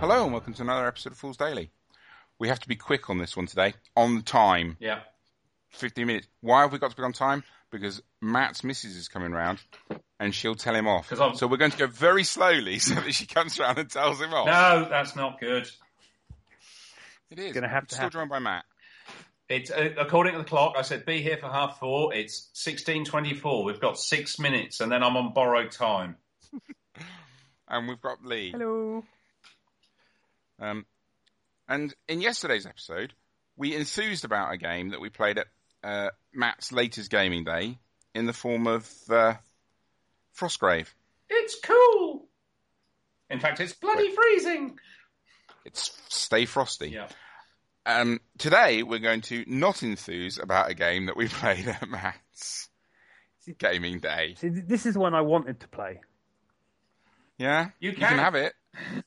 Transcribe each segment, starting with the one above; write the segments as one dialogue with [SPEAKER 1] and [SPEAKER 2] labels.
[SPEAKER 1] Hello and welcome to another episode of Fool's Daily. We have to be quick on this one today, on time.
[SPEAKER 2] Yeah.
[SPEAKER 1] 15 minutes. Why have we got to be on time? Because Matt's missus is coming round and she'll tell him off.
[SPEAKER 2] 'Cause I'm-
[SPEAKER 1] So we're going to go very slowly so that she comes round and tells him off.
[SPEAKER 2] No, that's not good.
[SPEAKER 1] It is.
[SPEAKER 3] Gonna have
[SPEAKER 1] I'm
[SPEAKER 3] to
[SPEAKER 1] Still
[SPEAKER 3] happen.
[SPEAKER 1] joined by Matt.
[SPEAKER 2] It's uh, according to the clock. I said be here for half four. It's sixteen twenty-four. We've got six minutes, and then I'm on borrowed time.
[SPEAKER 1] And we've got Lee.
[SPEAKER 3] Hello.
[SPEAKER 1] Um, and in yesterday's episode, we enthused about a game that we played at uh, Matt's latest gaming day in the form of uh, Frostgrave.
[SPEAKER 2] It's cool. In fact, it's bloody freezing.
[SPEAKER 1] It's Stay Frosty.
[SPEAKER 2] Yeah.
[SPEAKER 1] Um, today, we're going to not enthuse about a game that we played at Matt's gaming day.
[SPEAKER 3] See, th- this is one I wanted to play.
[SPEAKER 1] Yeah?
[SPEAKER 2] You
[SPEAKER 1] You can
[SPEAKER 2] can.
[SPEAKER 1] have it.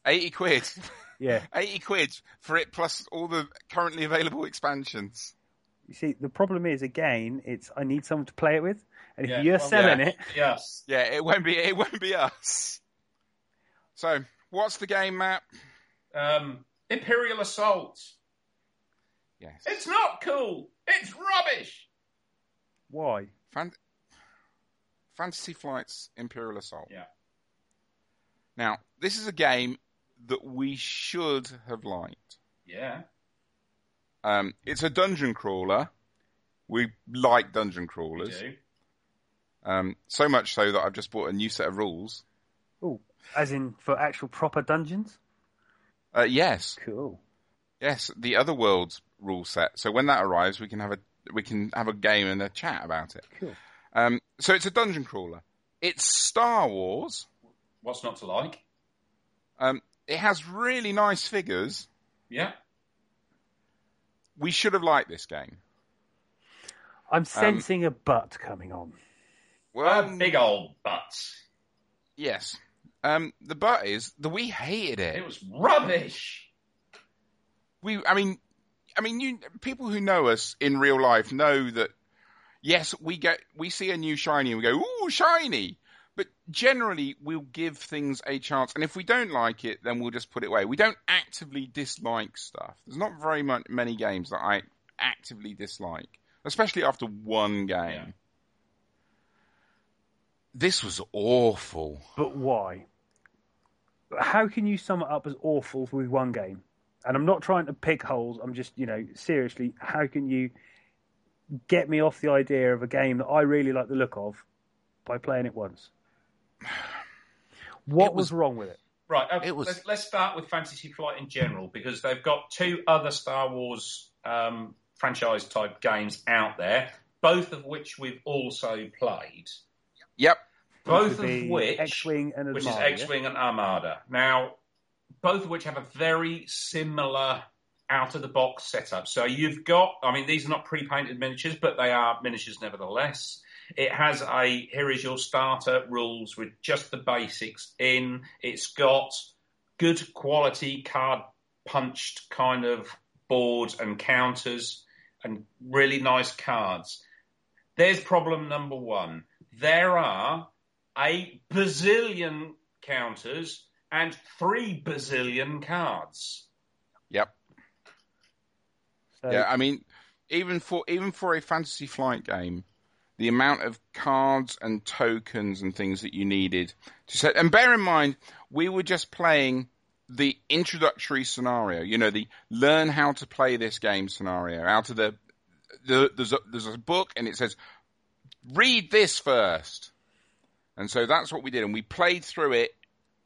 [SPEAKER 1] 80 quid.
[SPEAKER 3] Yeah.
[SPEAKER 1] 80 quid for it plus all the currently available expansions.
[SPEAKER 3] You see, the problem is again, it's I need someone to play it with, and if
[SPEAKER 2] Yeah,
[SPEAKER 3] you're
[SPEAKER 2] well,
[SPEAKER 3] selling
[SPEAKER 1] yeah.
[SPEAKER 3] it,
[SPEAKER 2] Yes.
[SPEAKER 1] Yeah, it won't be it won't be us. So, what's the game, Matt?
[SPEAKER 2] Um, Imperial assault.
[SPEAKER 1] Yes.
[SPEAKER 2] It's not cool. It's rubbish.
[SPEAKER 3] why?
[SPEAKER 1] Fan- Fantasy Flight's Imperial Assault.
[SPEAKER 2] Yeah.
[SPEAKER 1] Now, this is a game that we should have liked.
[SPEAKER 2] Yeah.
[SPEAKER 1] Um, it's a dungeon crawler. We like dungeon
[SPEAKER 2] We
[SPEAKER 1] crawlers.
[SPEAKER 2] do.
[SPEAKER 1] Um, so much so that I've just bought a new set of rules.
[SPEAKER 3] Oh, as in for actual proper dungeons?
[SPEAKER 1] Uh, yes,
[SPEAKER 3] Cool.
[SPEAKER 1] yes, the other world's rule set. So when that arrives, we can have a we can have a game and a chat about it.
[SPEAKER 3] Cool.
[SPEAKER 1] Um, so it's a dungeon crawler. It's Star Wars.
[SPEAKER 2] What's not to like?
[SPEAKER 1] Um, it has really nice figures.
[SPEAKER 2] Yeah.
[SPEAKER 1] We should have liked this game.
[SPEAKER 3] I'm sensing a butt coming on.
[SPEAKER 1] Well,
[SPEAKER 2] a big old butt.
[SPEAKER 1] yes. Um, the but is that we hated it.
[SPEAKER 2] It was rubbish.
[SPEAKER 1] We, I mean, I mean, you people who know us in real life know that. Yes, we get we see a new shiny and we go, "Ooh, shiny!" But generally, we'll give things a chance, and if we don't like it, then we'll just put it away. We don't actively dislike stuff. There's not very much, many games that I actively dislike, especially after one game.
[SPEAKER 2] Yeah.
[SPEAKER 1] This was awful.
[SPEAKER 3] But why? How can you sum it up as awful with one game? And I'm not trying to pick holes. I'm just, you know, seriously, how can you get me off the idea of a game that I really like the look of by playing it once? What
[SPEAKER 1] It
[SPEAKER 3] was,
[SPEAKER 1] was-
[SPEAKER 3] wrong with it?
[SPEAKER 2] Right. Uh,
[SPEAKER 1] It was-
[SPEAKER 2] let's, let's start with Fantasy Flight in general because they've got two other Star Wars um, franchise type games out there, both of which we've also played.
[SPEAKER 1] Yep.
[SPEAKER 2] Both
[SPEAKER 3] Would be
[SPEAKER 2] of which,
[SPEAKER 3] X-wing and
[SPEAKER 2] which is
[SPEAKER 3] Admire, yeah?
[SPEAKER 2] X-wing and Armada. Now, both of which have a very similar out of the box setup. So you've got, I mean, these are not pre-painted miniatures, but they are miniatures nevertheless. It has a here is your starter rules with just the basics in. It's got good quality card punched kind of boards and counters and really nice cards. There's problem number one. There are a bazillion counters and three bazillion cards.
[SPEAKER 1] Yep.
[SPEAKER 3] So,
[SPEAKER 1] yeah, I mean, even for even for a fantasy flight game, the amount of cards and tokens and things that you needed to set. And bear in mind, we were just playing the introductory scenario. You know, the learn how to play this game scenario. Out of the, the there's a, there's a book and it says read this first, and so that's what we did, and we played through it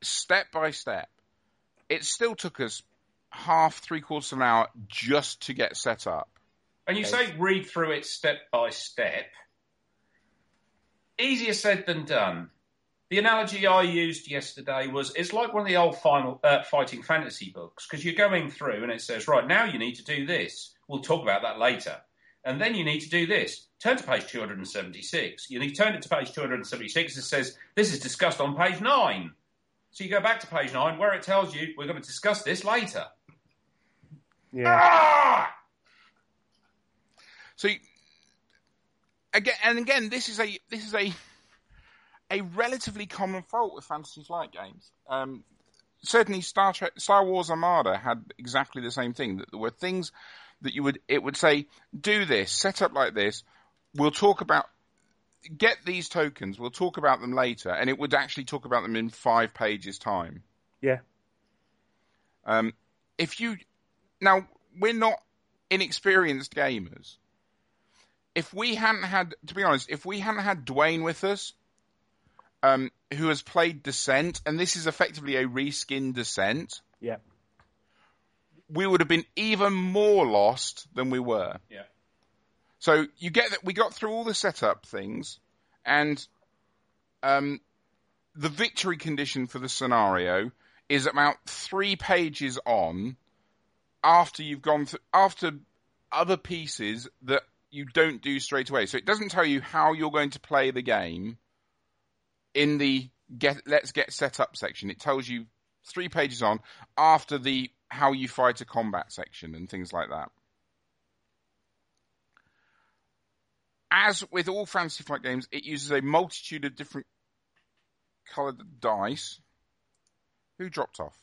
[SPEAKER 1] step by step. It still took us half three quarters of an hour just to get set up.
[SPEAKER 2] And you
[SPEAKER 3] Okay.
[SPEAKER 2] say read through it step by step. Easier said than done. The analogy I used yesterday was it's like one of the old final uh, fighting fantasy books because you're going through and it says right now you need to do this. We'll talk about that later. And then you need to do this. Turn to page 276. You need to turn it to page 276. It says this is discussed on page nine. So you go back to page nine where it tells you we're going to discuss this later.
[SPEAKER 3] yeah.
[SPEAKER 2] Ah!
[SPEAKER 1] So you- again, and again, this is a this is a a relatively common fault with fantasy flight games. Um, certainly Star Trek, Star Wars Armada had exactly the same thing. That there were things that you would it would say, do this, set up like this. We'll talk about get these tokens. We'll talk about them later, and it would actually talk about them in five pages time.
[SPEAKER 3] Yeah.
[SPEAKER 1] Um, if you now we're not inexperienced gamers. If we hadn't had, to be honest, if we hadn't had Dwayne with us, um, who has played Descent, and this is effectively a reskin Descent,
[SPEAKER 3] Yeah.
[SPEAKER 1] we would have been even more lost than we were.
[SPEAKER 2] Yeah.
[SPEAKER 1] So you get that we got through all the setup things, and um, the victory condition for the scenario is about three pages on after you've gone through after other pieces that you don't do straight away. So it doesn't tell you how you're going to play the game in the get let's get set up section. It tells you three pages on after the how you fight a combat section and things like that. as with all fantasy flight games, it uses a multitude of different coloured dice. Who dropped off?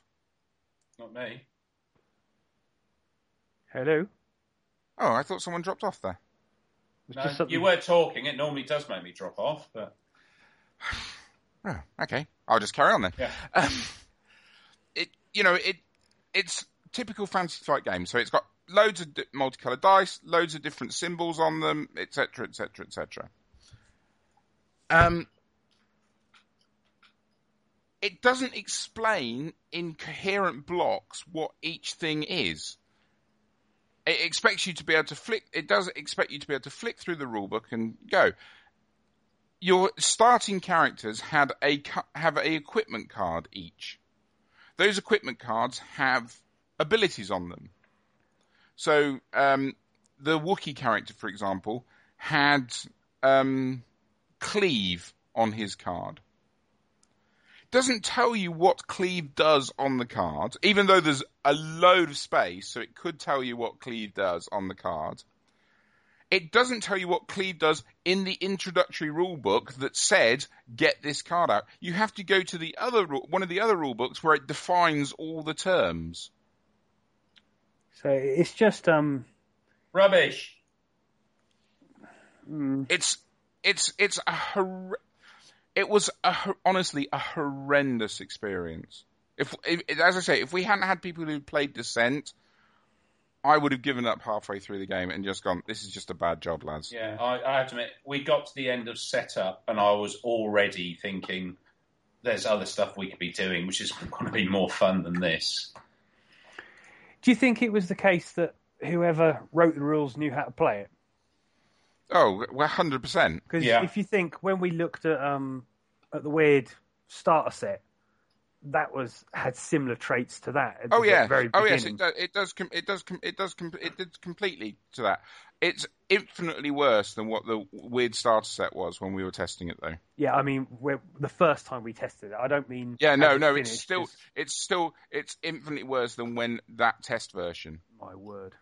[SPEAKER 2] Not me.
[SPEAKER 3] Hello.
[SPEAKER 1] Oh, I thought someone dropped off there.
[SPEAKER 3] It's
[SPEAKER 2] No,
[SPEAKER 3] just something-
[SPEAKER 2] You were talking. It normally does make me drop off, but
[SPEAKER 1] Oh, okay. I'll just carry on then.
[SPEAKER 2] yeah.
[SPEAKER 1] Um, it, you know, it, it's typical fantasy flight game. So it's got loads of di- multicolored dice, loads of different symbols on them, etc., etc., etc. Um, it doesn't explain in coherent blocks what each thing is. It expects you to be able to flick. It does expect you to be able to flick through the rulebook and go your starting characters had a cu- have a equipment card each. Those equipment cards have abilities on them. So um, the Wookiee character, for example, had um, cleave on his card. Doesn't tell you what cleave does on the card, even though there's a load of space, so it could tell you what cleave does on the card it doesn't tell you what Cleve does in the introductory rule book that said get this card out. You have to go to the other ru- one of the other rule books where it defines all the terms.
[SPEAKER 3] So it's just um.
[SPEAKER 2] Rubbish.
[SPEAKER 1] It's it's it's a hor- it was a, hor- honestly a horrendous experience. If, if as I say, if we hadn't had people who played Descent, I would have given up halfway through the game and just gone. This is just a bad job, lads.
[SPEAKER 2] Yeah, I, I have to admit, we got to the end of setup, and I was already thinking there's other stuff we could be doing, which is going to be more fun than this.
[SPEAKER 3] Do you think it was the case that whoever wrote the rules knew how to play it?
[SPEAKER 1] Oh, we're hundred percent.
[SPEAKER 3] Because
[SPEAKER 2] Yeah.
[SPEAKER 3] if you think when we looked at um at the weird starter set, that was had similar traits to that. at
[SPEAKER 1] Oh
[SPEAKER 3] the
[SPEAKER 1] yeah.
[SPEAKER 3] very
[SPEAKER 1] oh yes, it
[SPEAKER 3] beginning.
[SPEAKER 1] does. It does. Com- it does. Com- it does. Com- it did completely to that. It's infinitely worse than what the weird starter set was when we were testing it, though.
[SPEAKER 3] Yeah, I mean, we're, the first time we tested it, I don't mean.
[SPEAKER 1] Yeah. No.
[SPEAKER 3] as it
[SPEAKER 1] No. It's
[SPEAKER 3] finished,
[SPEAKER 1] still.
[SPEAKER 3] 'cause-
[SPEAKER 1] It's still. It's infinitely worse than when that test version.
[SPEAKER 3] My word.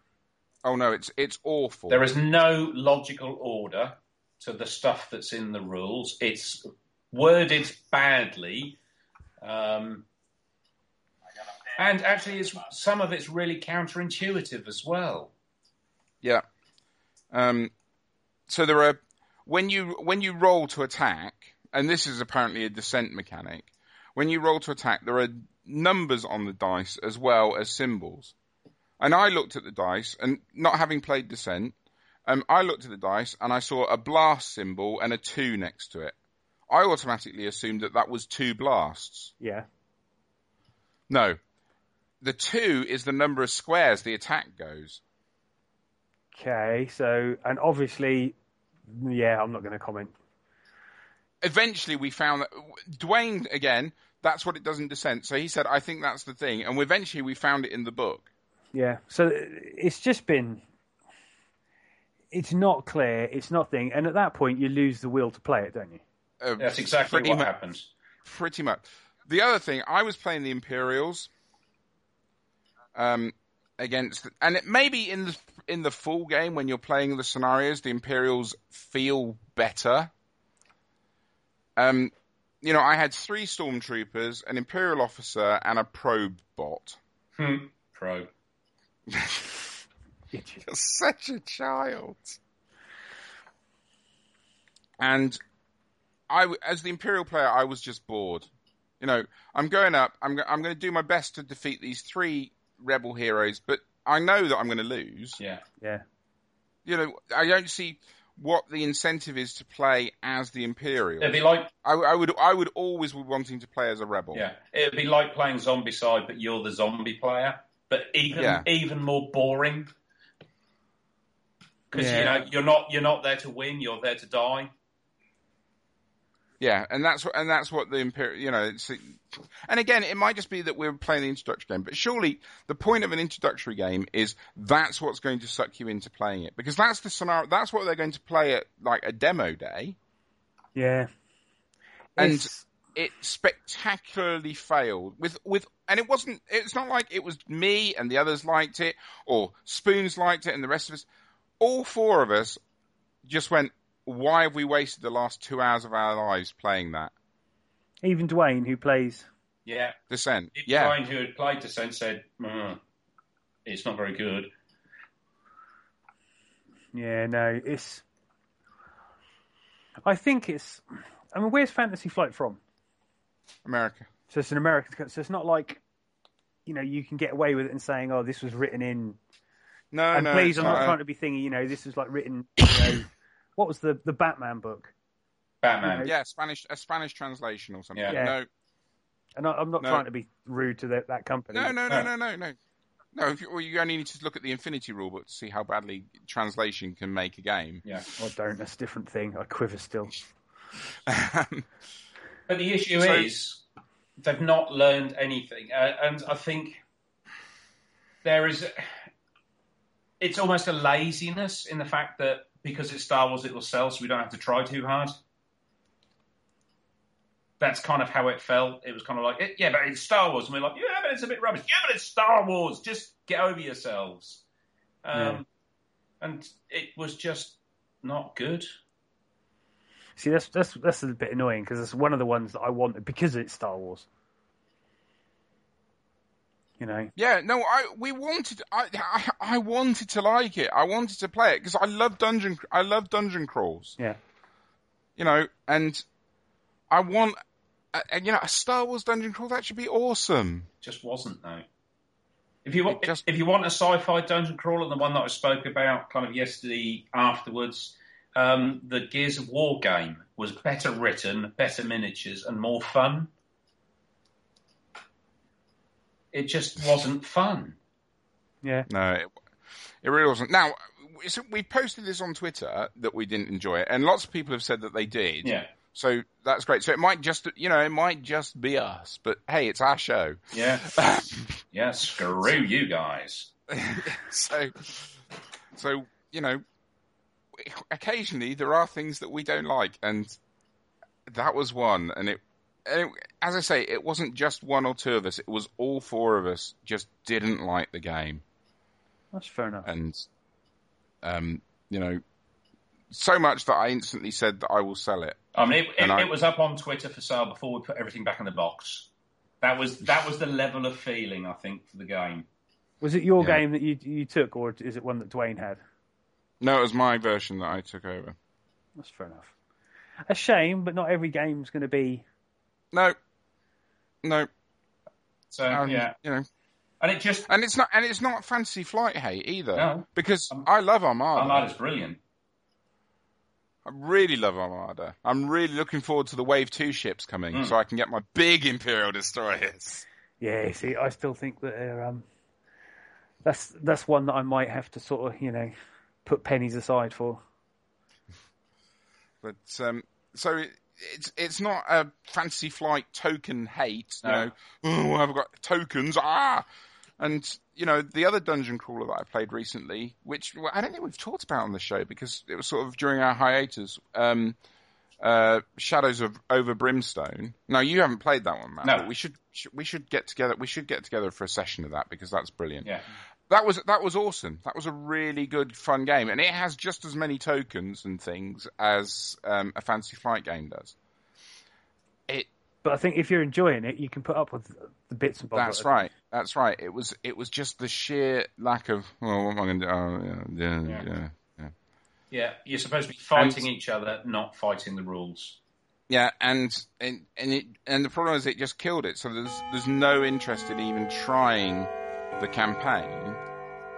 [SPEAKER 1] Oh no. It's. It's awful.
[SPEAKER 2] There is no logical order to the stuff that's in the rules. It's worded badly, um, and actually, it's, some of it's really counterintuitive as well.
[SPEAKER 1] Yeah. Um, so there are when you when you roll to attack, and this is apparently a descent mechanic. When you roll to attack, there are numbers on the dice as well as symbols. And I looked at the dice, and not having played descent, um, I looked at the dice and I saw a blast symbol and a two next to it. I automatically assumed that that was two blasts.
[SPEAKER 3] Yeah.
[SPEAKER 1] No, the two is the number of squares the attack goes.
[SPEAKER 3] Okay. So, and obviously, yeah, I'm not going to comment.
[SPEAKER 1] eventually we found that Dwayne again. That's what it does in Descent. So he said, "I think that's the thing," and eventually we found it in the book.
[SPEAKER 3] Yeah. So it's just been. It's not clear. It's nothing. And at that point, you lose the will to play it, don't you?
[SPEAKER 1] Uh,
[SPEAKER 2] That's exactly
[SPEAKER 1] pretty
[SPEAKER 2] what
[SPEAKER 1] mu-
[SPEAKER 2] happened.
[SPEAKER 1] Pretty much. The other thing, I was playing the Imperials um, against, and it maybe in the in the full game when you're playing the scenarios, the Imperials feel better. Um, you know, I had three stormtroopers, an imperial officer, and a probe bot.
[SPEAKER 2] Hmm. Probe.
[SPEAKER 3] Did you?
[SPEAKER 1] You're such a child. And I, w- as the Imperial player, I was just bored. You know, I'm going up. I'm go- I'm going to do my best to defeat these three rebel heroes, but I know that I'm going to lose.
[SPEAKER 2] Yeah.
[SPEAKER 3] Yeah.
[SPEAKER 1] You know, I don't see what the incentive is to play as the Imperial.
[SPEAKER 2] It'd be like
[SPEAKER 1] I, I would I would always be wanting to play as a rebel.
[SPEAKER 2] yeah, it'd be like playing Zombie Side, but you're the zombie player, but even
[SPEAKER 1] Yeah.
[SPEAKER 2] even more boring. Because
[SPEAKER 3] Yeah.
[SPEAKER 2] you know you're not you're not there to win, you're there to die.
[SPEAKER 1] Yeah, and that's what and that's what the imperial, you know, it's, and again, it might just be that we're playing the introductory game, but surely the point of an introductory game is that's what's going to suck you into playing it because that's the scenario, that's what they're going to play at like a demo day,
[SPEAKER 3] Yeah.
[SPEAKER 1] and
[SPEAKER 3] It's-
[SPEAKER 1] it spectacularly failed with with and it wasn't it's not like it was me and the others liked it or spoons liked it and the rest of us all four of us just went why have we wasted the last two hours of our lives playing that
[SPEAKER 3] even Dwayne, who plays,
[SPEAKER 2] Yeah,
[SPEAKER 1] descent
[SPEAKER 2] If
[SPEAKER 1] yeah
[SPEAKER 2] Brian, who had played Descent, said, "Mm, "It's not very good."
[SPEAKER 3] yeah, no, it's. I think it's. I mean, where's Fantasy Flight from?
[SPEAKER 1] america
[SPEAKER 3] So it's an American. So it's not like, you know, you can get away with it and saying, "Oh, this was written in."
[SPEAKER 1] No,
[SPEAKER 3] And
[SPEAKER 1] no. uh,
[SPEAKER 3] please,
[SPEAKER 1] it's
[SPEAKER 3] I'm not
[SPEAKER 1] not.
[SPEAKER 3] trying to be thingy. You know, this was like written. You know, what was the the Batman book?
[SPEAKER 2] Batman.
[SPEAKER 1] uh, Yeah, Spanish, a Spanish translation or something.
[SPEAKER 2] Yeah.
[SPEAKER 3] Yeah.
[SPEAKER 1] No,
[SPEAKER 3] And I, I'm not
[SPEAKER 1] No.
[SPEAKER 3] trying to be rude to that that company.
[SPEAKER 1] no, no, no,
[SPEAKER 2] No.
[SPEAKER 1] no, no, no. No, if you, well, you only need to look at the Infinity Rulebook to see how badly translation can make a game.
[SPEAKER 2] Yeah.
[SPEAKER 3] I don't. That's a different thing. I quiver still.
[SPEAKER 1] Um,
[SPEAKER 2] But the issue
[SPEAKER 1] So-
[SPEAKER 2] is they've not learned anything, uh, and I think there is. It's almost a laziness in the fact that because it's Star Wars, it will sell, so we don't have to try too hard. That's kind of how it felt. It was kind of like, "Eh, yeah, but it's Star Wars, and we're like, yeah, but it's a bit rubbish. Yeah, but it's Star Wars. Just get over yourselves. Um, And it was just not good.
[SPEAKER 3] See, that's that's that's a bit annoying because it's one of the ones that I wanted because it's Star Wars. You know,
[SPEAKER 1] yeah, no, I we wanted, I, I, I wanted to like it. I wanted to play it because I love dungeon, I love dungeon crawls.
[SPEAKER 3] yeah,
[SPEAKER 1] You know, and I want, uh, and you know, a Star Wars dungeon crawl that should be awesome.
[SPEAKER 2] just wasn't though. If you want,
[SPEAKER 1] It just-
[SPEAKER 2] if you want a sci-fi dungeon crawler, the one that I spoke about kind of yesterday afterwards, um, the Gears of War game was better written, better miniatures, and more fun. It just wasn't fun.
[SPEAKER 3] yeah.
[SPEAKER 1] No, it, it really wasn't. Now, so we posted this on Twitter that we didn't enjoy it, and lots of people have said that they did.
[SPEAKER 2] Yeah,
[SPEAKER 1] So that's great. So it might just, you know, it might just be us, but hey, it's our show.
[SPEAKER 2] yeah, yeah. Screw you guys.
[SPEAKER 1] so, so you know, occasionally there are things that we don't like, and that was one. And it, and it, as I say, it wasn't just one or two of us; it was all four of us just didn't like the game.
[SPEAKER 3] That's fair enough.
[SPEAKER 1] and um, you know, so much that I instantly said that I will sell it.
[SPEAKER 2] I mean, it, it,
[SPEAKER 1] And I-
[SPEAKER 2] it was up on Twitter for sale before we put everything back in the box. That was that was the level of feeling I think for the game.
[SPEAKER 3] Was it your
[SPEAKER 1] Yeah.
[SPEAKER 3] game that you you took, or is it one that Dwayne had?
[SPEAKER 1] No, it was my version that I took over.
[SPEAKER 3] That's fair enough. A shame, but not every game's going to be.
[SPEAKER 1] No, no,
[SPEAKER 2] So
[SPEAKER 1] um,
[SPEAKER 2] Uh, yeah,
[SPEAKER 1] you know,
[SPEAKER 2] and it just
[SPEAKER 1] and it's not, and it's not fancy flight hate either,
[SPEAKER 2] No.
[SPEAKER 1] because
[SPEAKER 2] Um,
[SPEAKER 1] I love Armada.
[SPEAKER 2] Armada's brilliant.
[SPEAKER 1] I really love Armada. I'm really looking forward to the Wave Two ships coming,
[SPEAKER 2] Mm.
[SPEAKER 1] so I can get my big Imperial destroyers.
[SPEAKER 3] Yeah, see, I still think that they're, um, that's that's one that I might have to sort of you know put pennies aside for.
[SPEAKER 1] But um, so it, it's it's not a fancy flight token hate. You
[SPEAKER 2] No.
[SPEAKER 1] know, oh, I've got tokens. Ah, and you know the other dungeon crawler that I played recently, which well, I don't think we've talked about on the show because it was sort of during our hiatus. Um, uh, Shadows of Over Brimstone. No, you haven't played that one, Matt.
[SPEAKER 2] No.
[SPEAKER 1] but We should sh- we should get together. We should get together for a session of that because that's brilliant.
[SPEAKER 2] Yeah.
[SPEAKER 1] That was that was awesome. That was a really good, fun game, and it has just as many tokens and things as um, a Fantasy Flight game does. It
[SPEAKER 3] But I think if you're enjoying it, you can put up with the bits and bobs.
[SPEAKER 1] That's right. That's right. It was it was just the sheer lack of well, what am I going to do? Oh, yeah, yeah,
[SPEAKER 2] Yeah.
[SPEAKER 1] yeah, yeah,
[SPEAKER 2] Yeah, you're supposed to be fighting each other, not fighting the rules.
[SPEAKER 1] yeah. And and and it and the problem is it just killed it. So there's there's no interest in even trying the campaign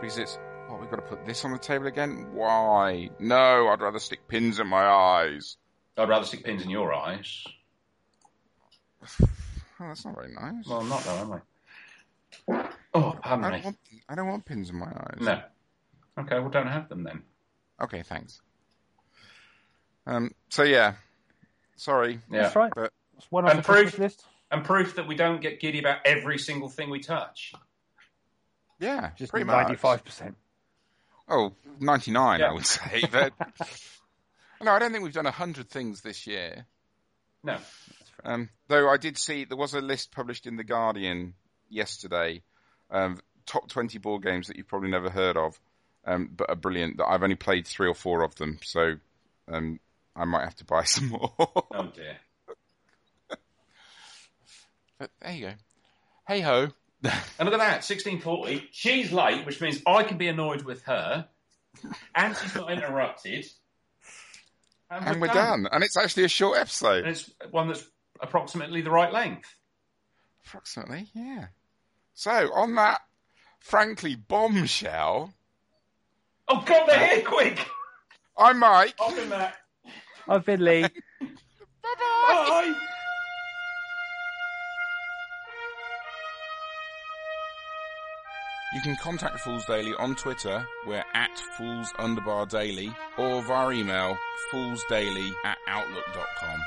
[SPEAKER 1] because it's oh we've got to put this on the table again. Why? No, I'd rather stick pins in my eyes.
[SPEAKER 2] I'd rather stick pins in your eyes.
[SPEAKER 1] Oh, that's not very nice.
[SPEAKER 2] Well, I'm not though, am I? Oh,
[SPEAKER 1] I
[SPEAKER 2] pardon
[SPEAKER 1] don't,
[SPEAKER 2] me.
[SPEAKER 1] want, I don't want pins in my eyes.
[SPEAKER 2] No. Okay, well, don't have them then.
[SPEAKER 1] Okay, thanks. Um. So yeah, sorry.
[SPEAKER 2] Yeah.
[SPEAKER 3] That's right.
[SPEAKER 1] But-
[SPEAKER 3] That's one off
[SPEAKER 2] And
[SPEAKER 3] the Christmas
[SPEAKER 2] proof-
[SPEAKER 3] list.
[SPEAKER 2] And proof that we don't get giddy about every single thing we touch.
[SPEAKER 1] Yeah,
[SPEAKER 3] Just
[SPEAKER 1] pretty much.
[SPEAKER 3] ninety-five percent.
[SPEAKER 1] Oh, 99,
[SPEAKER 2] Yeah.
[SPEAKER 1] I would say. But no, I don't think we've done 100 things this year.
[SPEAKER 2] No.
[SPEAKER 1] Um, though I did see there was a list published in The Guardian yesterday of top 20 board games that you've probably never heard of, um, but are brilliant. That I've only played three or four of them, so um, I might have to buy some more.
[SPEAKER 2] Oh dear.
[SPEAKER 1] but there you go. Hey ho.
[SPEAKER 2] And look at that, 1640. She's late, which means I can be annoyed with her. And she's not interrupted.
[SPEAKER 1] And we're done. And it's actually a short episode.
[SPEAKER 2] And it's one that's approximately the right length.
[SPEAKER 1] Approximately, yeah. So, on that, frankly, bombshell,
[SPEAKER 2] Oh God, they're here! Quick,
[SPEAKER 1] I'm Mike.
[SPEAKER 2] open that.
[SPEAKER 3] I've been Lee.
[SPEAKER 1] Bye bye.
[SPEAKER 2] Bye.
[SPEAKER 1] You can contact Fools Daily on Twitter. We're at Fools Underbar Daily or via email foolsdaily at outlook.com.